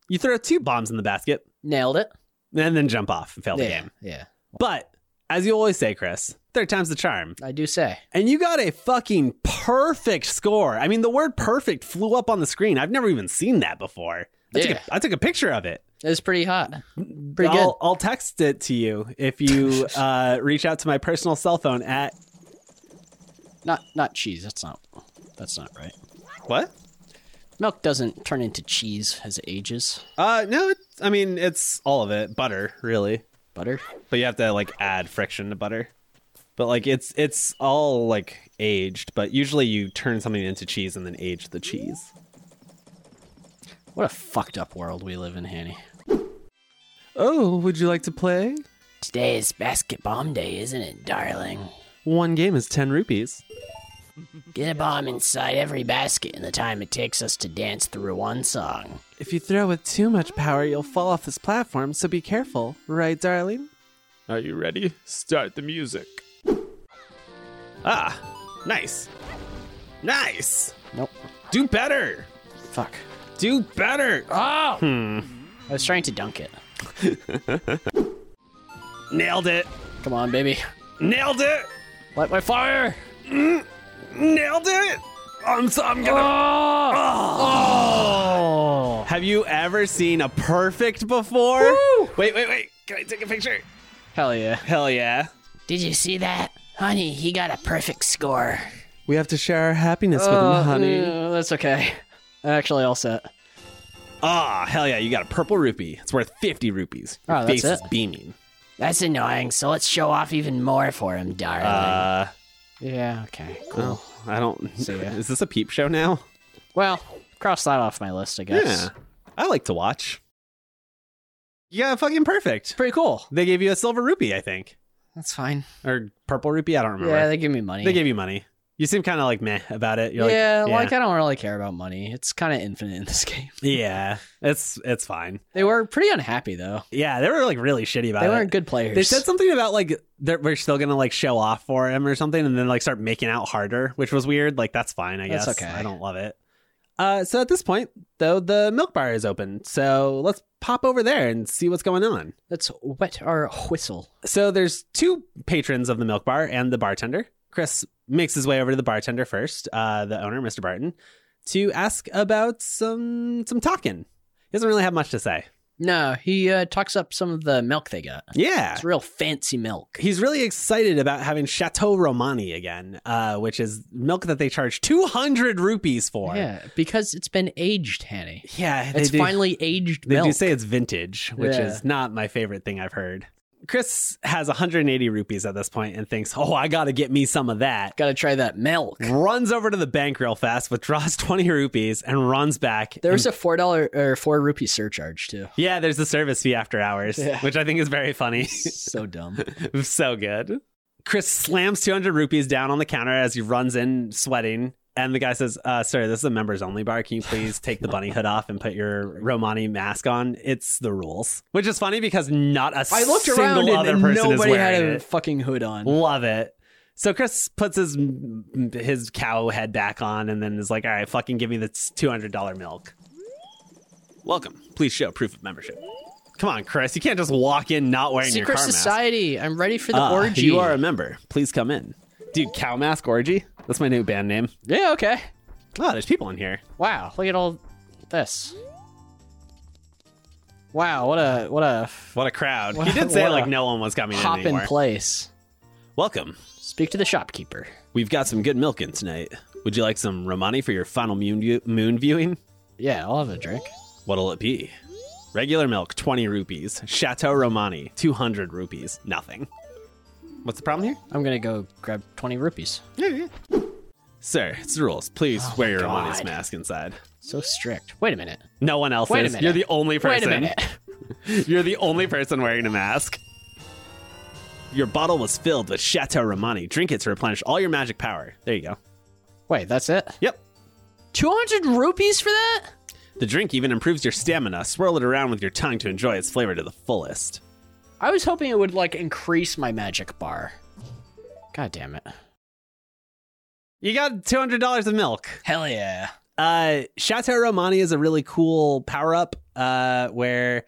S2: you throw two bombs in the basket
S3: Nailed it.
S2: and then jump off and fail the
S3: yeah.
S2: game.
S3: Yeah.
S2: But as you always say, Chris, third time's the charm.
S3: I do say.
S2: and you got a fucking perfect score. I mean, the word perfect flew up on the screen. I've never even seen that before. I, took,
S3: Yeah.
S2: a, I took a picture of it.
S3: It's pretty hot. Pretty
S2: I'll,
S3: good.
S2: I'll text it to you if you uh, reach out to my personal cell phone at
S3: Not not cheese. That's not that's not right.
S2: what?
S3: Milk doesn't turn into cheese as it ages.
S2: Uh, no, it's, I mean it's all of it, butter really,
S3: Butter.
S2: but you have to like add friction to butter. But like it's it's all like aged, but usually you turn something into cheese and then age the cheese.
S3: What a fucked up world we live in, Hanny.
S2: Oh, would you like to play?
S3: Today is basket bomb day, isn't it, darling?
S2: One game is ten rupees.
S3: Get a bomb inside every basket in the time it takes us to dance through one song.
S2: If you throw with too much power, you'll fall off this platform, so be careful, right, darling? Are you ready? Start the music. Ah, nice. Nice.
S3: Nope.
S2: Do better.
S3: Fuck.
S2: Do better. Ah,
S3: Oh! I was trying to dunk it.
S2: Nailed it.
S3: Come on, baby.
S2: Nailed it.
S3: Light my fire!
S2: Nailed it. I'm so I'm gonna.
S3: Oh!
S2: Have you ever seen a perfect before? Wait, wait, wait. Can I take a picture?
S3: Hell yeah.
S2: Hell yeah.
S5: Did you see that?
S3: Honey, he got a perfect score.
S2: We have to share our happiness with
S3: Uh,
S2: him, honey.
S3: that's okay. Actually, all set.
S2: Ah, hell yeah, you got a purple rupee. It's worth 50 rupees. Your
S3: Oh, that's
S2: face is
S3: it?
S2: beaming.
S3: That's annoying, so let's show off even more for him, darling.
S2: Uh,
S3: yeah, okay.
S2: oh,
S3: Cool.
S2: I don't.
S3: See ya.
S2: Is this a peep show now?
S3: Well, cross that off my list, I guess.
S2: Yeah. I like to watch. You got fucking perfect.
S3: Pretty cool.
S2: They gave you a silver rupee, I think.
S3: That's fine.
S2: or purple rupee. I don't remember.
S3: Yeah, they give me money.
S2: They gave you money. You seem kind of like meh about it. You're
S3: yeah,
S2: like,
S3: like I don't really care about money. It's kind of infinite in this game.
S2: yeah, it's it's fine.
S3: They were pretty unhappy though.
S2: Yeah, they were like really shitty about
S3: They
S2: it.
S3: weren't good players.
S2: They said something about like they're, we're still gonna like show off for him or something, and then like start making out harder, which was weird. Like that's fine, I
S3: That's
S2: guess.
S3: okay.
S2: I don't love it. Uh, so at this point, though, the milk bar is open. So let's pop over there and see what's going on.
S3: Let's wet our whistle.
S2: So there's two patrons of the milk bar and the bartender. Chris makes his way over to the bartender first, uh, the owner, Mr. Barton, to ask about some some talking. He doesn't really have much to say.
S3: No, he uh, talks up some of the milk they got.
S2: Yeah.
S3: It's real fancy milk.
S2: he's really excited about having Chateau Romani again, uh, which is milk that they charge 200 rupees for.
S3: Yeah, because it's been aged, Hanny.
S2: Yeah, they
S3: It's
S2: do-
S3: finally aged
S2: They
S3: milk.
S2: do say it's vintage, which
S3: Yeah.
S2: is not my favorite thing I've heard. Chris has 180 rupees at this point and thinks, "Oh, I got to get me some of that."
S3: Got to try that milk.
S2: Runs over to the bank real fast, withdraws 20 rupees, and runs back.
S3: There was
S2: and-
S3: a four dollar or four rupee surcharge too.
S2: yeah, there's a service fee after hours,
S3: Yeah.
S2: which I think is very funny.
S3: so dumb.
S2: so good. Chris slams 200 rupees down on the counter as he runs in sweating. And the guy says, uh, Sir, this is a members only bar. Can you please take the bunny hood off and put your Romani mask on? It's the rules. Which is funny because not a
S3: I looked
S2: single
S3: around
S2: other
S3: and
S2: person is
S3: nobody had
S2: wearing
S3: a
S2: it.
S3: fucking hood on.
S2: Love it. So Chris puts his his cow head back on and then is like, All right, fucking give me this $200 milk. Welcome. Please show proof of membership. Come on, Chris. You can't just walk in not wearing your
S3: Secret
S2: car mask.
S3: Society. I'm ready for the
S2: Ah,
S3: orgy.
S2: You are a member. Please come in. Dude, Cow Mask Orgy? That's my new band name.
S3: yeah. Okay.
S2: Oh, there's people in here.
S3: Wow. Look at all this. Wow. What a what a
S2: What a crowd.
S3: What-
S2: he did say
S3: what
S2: like
S3: a
S2: no one was coming
S3: hop
S2: in
S3: in
S2: anymore.
S3: place.
S2: Welcome.
S3: Speak to the shopkeeper.
S2: We've got some good milk in tonight. Would you like some Romani for your final moon, view- moon viewing?
S3: Yeah, I'll have a drink.
S2: What'll it be? Regular milk, 20 rupees. Chateau Romani, 200 rupees. Nothing. What's the problem here?
S3: I'm gonna go grab twenty rupees.
S2: Sir, it's the rules. Please wear your Romani's
S3: Oh God.
S2: mask inside.
S3: So strict. Wait a minute.
S2: No one else
S3: Wait a
S2: is.
S3: minute.
S2: You're the only
S3: Wait
S2: person.
S3: a minute.
S2: You're the only person wearing a mask. Your bottle was filled with Chateau Romani. Drink it to replenish all your magic power. There you go.
S3: Wait, that's it.
S2: Yep.
S3: Two hundred rupees for that?
S2: The drink even improves your stamina. Swirl it around with your tongue to enjoy its flavor to the fullest.
S3: I was hoping it would like increase my magic bar. God damn it.
S2: You got two hundred dollars of milk.
S3: Hell yeah.
S2: Uh, Chateau Romani is a really cool power up. Uh, where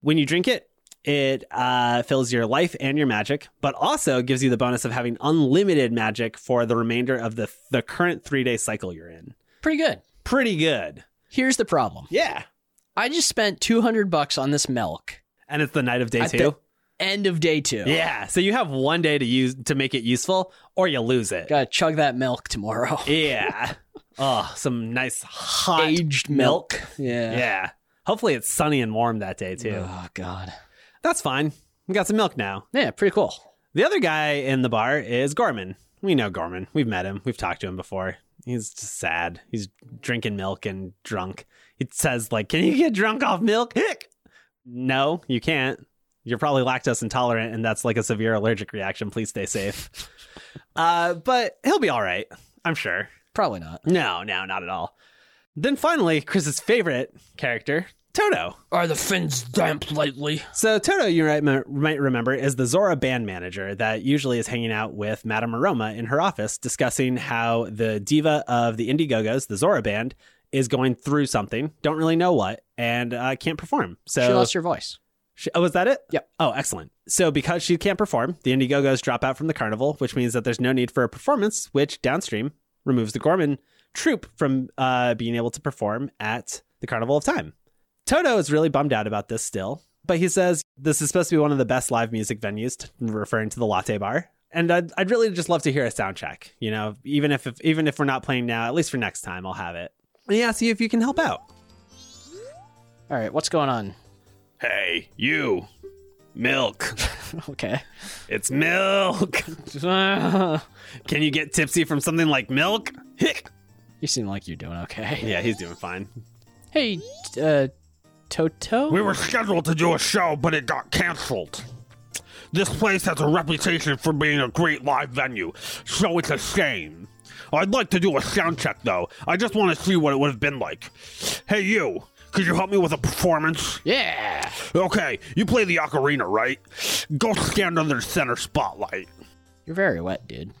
S2: when you drink it, it uh, fills your life and your magic, but also gives you the bonus of having unlimited magic for the remainder of the the current three day cycle you're in.
S3: Pretty good.
S2: Pretty good.
S3: Here's the problem.
S2: Yeah.
S3: I just spent 200 bucks on this milk.
S2: And it's the night of day
S3: At
S2: two.
S3: the- End of day 2.
S2: yeah. So you have one day to use to make it useful or you lose it.
S3: Got to chug that milk tomorrow.
S2: Yeah. oh, some nice hot
S3: Aged milk.
S2: milk.
S3: Yeah.
S2: Yeah. Hopefully it's sunny and warm that day too.
S3: Oh god.
S2: That's fine. We got some milk now.
S3: Yeah, pretty cool.
S2: The other guy in the bar is Gorman. We know Gorman. We've met him. We've talked to him before. He's just sad. He's drinking milk and drunk. It says like, "Can you get drunk off milk?" Hick. No, you can't. You're probably lactose intolerant, and that's like a severe allergic reaction. Please stay safe. uh, but he'll be all right, I'm sure.
S3: Probably not.
S2: No, no, not at all. Then finally, Chris's favorite character, Toto.
S3: Are the fins damp lately?
S2: So Toto, you might, might remember, is the Zora band manager that usually is hanging out with Madame Aroma in her office discussing how the diva of the Indiegogos, the Zora band, is going through something, don't really know what, and uh, can't perform. So
S3: she lost her voice.
S2: she- oh, was that it?
S3: Yep.
S2: Oh, excellent. So because she can't perform, the Indiegogos drop out from the carnival, which means that there's no need for a performance, which downstream removes the Gorman troupe from uh, being able to perform at the Carnival of Time. Toto is really bummed out about this still, but he says this is supposed to be one of the best live music venues, t- referring to the Latte Bar. And I'd, I'd really just love to hear a sound check. You know, even if, if even if we're not playing now, at least for next time, I'll have it. And yeah, see if you can help out.
S3: All right, what's going on?
S2: Hey, you, milk.
S3: Okay.
S2: It's milk.
S3: you
S2: Can you get tipsy from something like milk? Hick.
S3: seem like you're doing okay.
S2: Yeah, he's doing fine.
S3: Hey, uh Toto?
S6: We were scheduled to do a show, but it got canceled. This place has a reputation for being a great live venue, so it's a shame. I'd like to do a sound check, though. I just want to see what it would have been like. Hey, you, could you help me with a performance?
S3: Yeah.
S6: Okay, you play the ocarina, right? Go stand under the center spotlight.
S3: You're very wet, dude.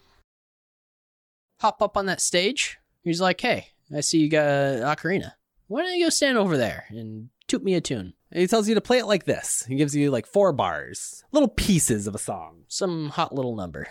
S3: Hop up on that stage. He's like, hey, I see you got an ocarina. Why don't you go stand over there and toot me a tune?
S2: And he tells you to play it like this. He gives you like four bars, little pieces of a song.
S3: Some hot little number.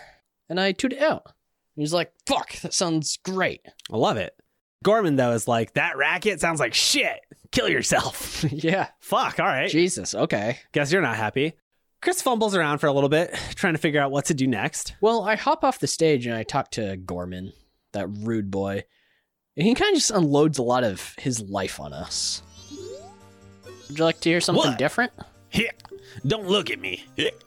S3: And I toot it out. He's like, fuck, that sounds great.
S2: I love it. Gorman, though, is like, that racket sounds like shit. Kill yourself.
S3: yeah.
S2: Fuck, all right.
S3: Jesus, okay.
S2: Guess you're not happy. Chris fumbles around for a little bit, trying to figure out what to do next.
S3: Well, I hop off the stage and I talk to Gorman, that rude boy. And he kind of just unloads a lot of his life on us. Would you like to hear something
S6: What?
S3: different?
S6: Hick. Don't look at me. Hick.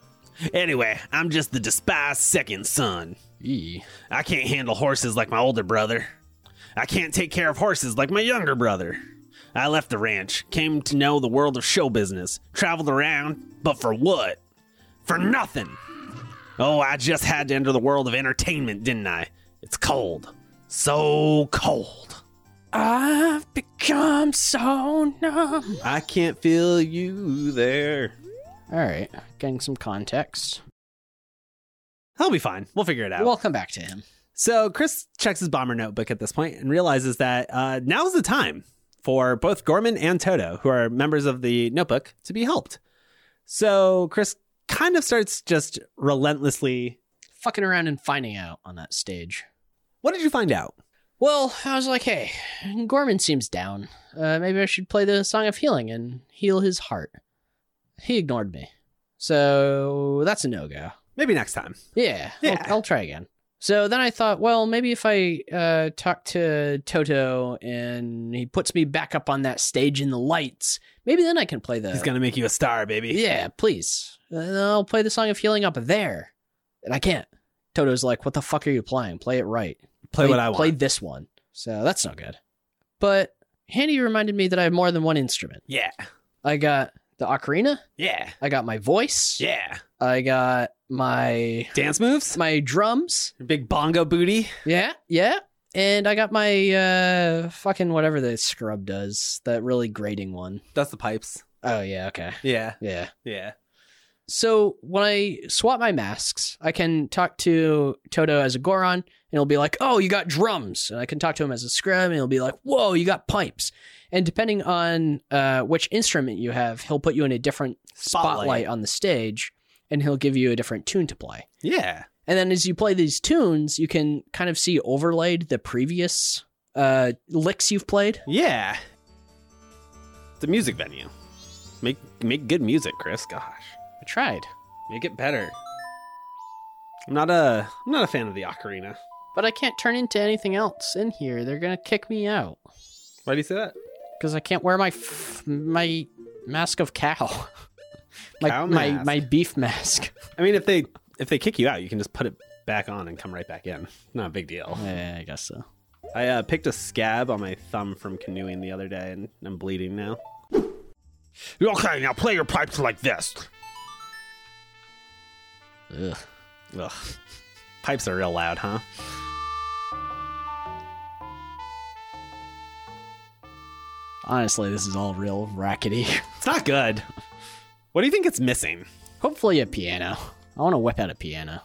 S2: Anyway, I'm just the despised second son.
S3: Yee.
S2: I can't handle horses like my older brother. I can't take care of horses like my younger brother. I left the ranch, came to know the world of show business, traveled around, but for what? For nothing. Oh, I just had to enter the world of entertainment, didn't I? It's cold. So cold.
S3: I've become so numb.
S2: I can't feel you there.
S3: All right, getting some context.
S2: He'll be fine. We'll figure it out.
S3: We'll come back to him.
S2: So Chris checks his bomber notebook at this point and realizes that uh, now's the time for both Gorman and Toto, who are members of the notebook, to be helped. So Chris kind of starts just relentlessly.
S3: Fucking around and finding out on that stage.
S2: What did you find out?
S3: Well, I was like, hey, Gorman seems down. Uh, maybe I should play the Song of Healing and heal his heart. He ignored me. So that's a no go.
S2: Maybe next time.
S3: Yeah,
S2: Yeah.
S3: I'll, I'll try again. So then I thought, well, maybe if I uh, talk to Toto and he puts me back up on that stage in the lights, maybe then I can play the
S2: He's gonna make you a star, baby.
S3: Yeah, please. And then I'll play the song of healing up there. And I can't. Toto's like, what the fuck are you playing? Play it right.
S2: Play what I want.
S3: Play this one. So that's not good. But Handy reminded me that I have more than one instrument.
S2: Yeah.
S3: I got the ocarina.
S2: Yeah.
S3: I got my voice.
S2: Yeah.
S3: I got my
S2: Dance moves.
S3: my drums.
S2: Big bongo booty.
S3: Yeah, yeah. And I got my uh fucking whatever the scrub does. That really grating one.
S2: That's the pipes.
S3: Oh yeah, okay.
S2: Yeah.
S3: Yeah.
S2: Yeah.
S3: So when I swap my masks, I can talk to Toto as a Goron, and he'll be like, "Oh, you got drums," and I can talk to him as a Scrum, and he'll be like, "Whoa, you got pipes." And depending on uh, which instrument you have, he'll put you in a different spotlight. on the stage, and he'll give you a different tune to play.
S2: Yeah.
S3: And then as you play these tunes, you can kind of see overlaid the previous uh, licks you've played.
S2: Yeah. It's a music venue. Make make good music, Chris. Gosh.
S3: I tried,
S2: Make it better. I'm not a I'm not a fan of the ocarina.
S3: but I can't turn into anything else in here. They're gonna kick me out.
S2: Why do you say that?
S3: because I can't wear my f- my mask of cow. my
S2: Cow
S3: my
S2: mask.
S3: my beef mask.
S2: I mean, if they if they kick you out, you can just put it back on and come right back in. Not a big deal.
S3: yeah, I guess so.
S2: I uh, picked a scab on my thumb from canoeing the other day, and I'm bleeding now.
S6: Okay, now play your pipes like this.
S3: Ugh.
S2: Ugh. Pipes are real loud, huh?
S3: Honestly, this is all real rackety.
S2: It's not good. What do you think it's missing?
S3: Hopefully, a piano. I want to whip out a piano.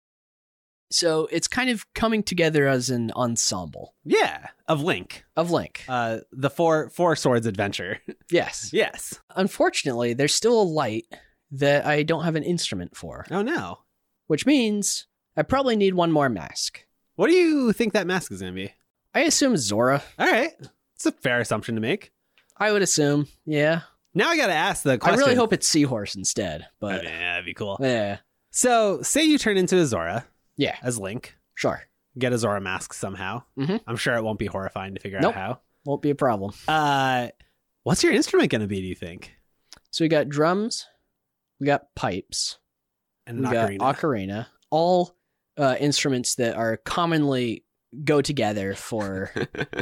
S3: so it's kind of coming together as an ensemble
S2: Yeah, of Link,
S3: of Link.
S2: uh, the four four swords adventure.
S3: yes.
S2: yes.
S3: Unfortunately, there's still a light that I don't have an instrument for,
S2: Oh no.
S3: which means I probably need one more mask.
S2: What do you think that mask is gonna be?
S3: I assume Zora.
S2: All right, it's a fair assumption to make.
S3: I would assume, yeah.
S2: Now I gotta ask the question.
S3: I really hope it's seahorse instead, but
S2: Okay, that'd be cool.
S3: yeah,
S2: So, say you turn into a Zora
S3: yeah,
S2: as Link,
S3: sure,
S2: get a Zora mask somehow.
S3: Mhm.
S2: I'm sure it won't be horrifying to figure
S3: Nope.
S2: out
S3: won't be a problem.
S2: how. Uh, what's your instrument going to be, do you think?
S3: So we got drums, we got pipes,
S2: And
S3: we
S2: an
S3: got
S2: ocarina.
S3: ocarina, all uh, instruments that are commonly go together for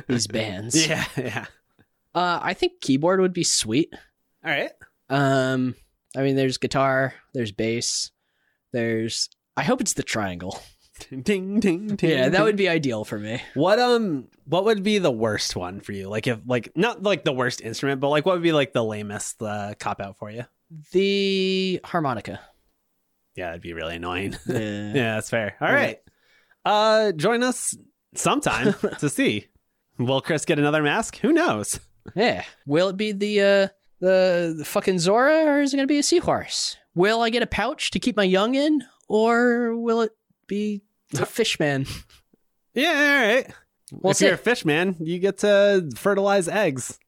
S3: these bands.
S2: yeah, yeah.
S3: Uh, I think keyboard would be sweet.
S2: All right.
S3: Um, I mean, there's guitar, there's bass, there's. I hope it's the triangle.
S2: ding ding ding.
S3: Yeah, that
S2: ding.
S3: would be ideal for me.
S2: What um what would be the worst one for you? Like if like not like the worst instrument, but like what would be like the lamest uh, cop out for you?
S3: The harmonica.
S2: Yeah, that'd be really annoying.
S3: Yeah.
S2: yeah, that's fair. All
S3: Yeah.
S2: right. Uh join us sometime to see. Will Chris get another mask? Who knows?
S3: Yeah. Will it be the uh the, the fucking Zora or is it gonna be a seahorse? Will I get a pouch to keep my young in, or will it be a fish man?
S2: Yeah, all right.
S3: We'll
S2: if you're
S3: see.
S2: a fish man, you get to fertilize eggs.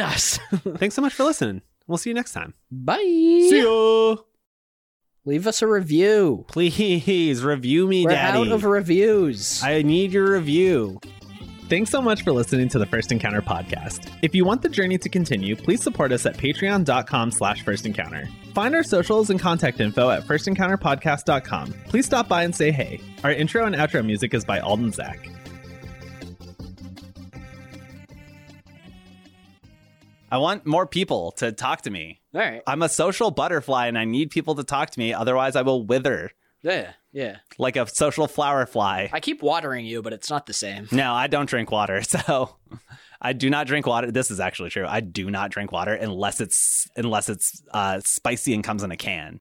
S3: us.
S2: Thanks so much for listening. We'll see you next time.
S3: Bye.
S2: See you.
S3: Leave us a review.
S2: Please review me,
S3: We're
S2: Daddy.
S3: out of reviews.
S2: I need your review. Thanks so much for listening to the First Encounter podcast. If you want the journey to continue, please support us at patreon.com slash first encounter. Find our socials and contact info at firstencounterpodcast.com. Please stop by and say hey. Our intro and outro music is by Alden Zach.
S4: I want more people to talk to me.
S3: All right.
S4: I'm a social butterfly and I need people to talk to me. Otherwise, I will wither
S3: Yeah. Yeah.
S4: like a social flower fly.
S3: I keep watering you, but it's not the same.
S4: No, I don't drink water. So I do not drink water. This is actually true. I do not drink water unless it's unless it's uh, spicy and comes in a can.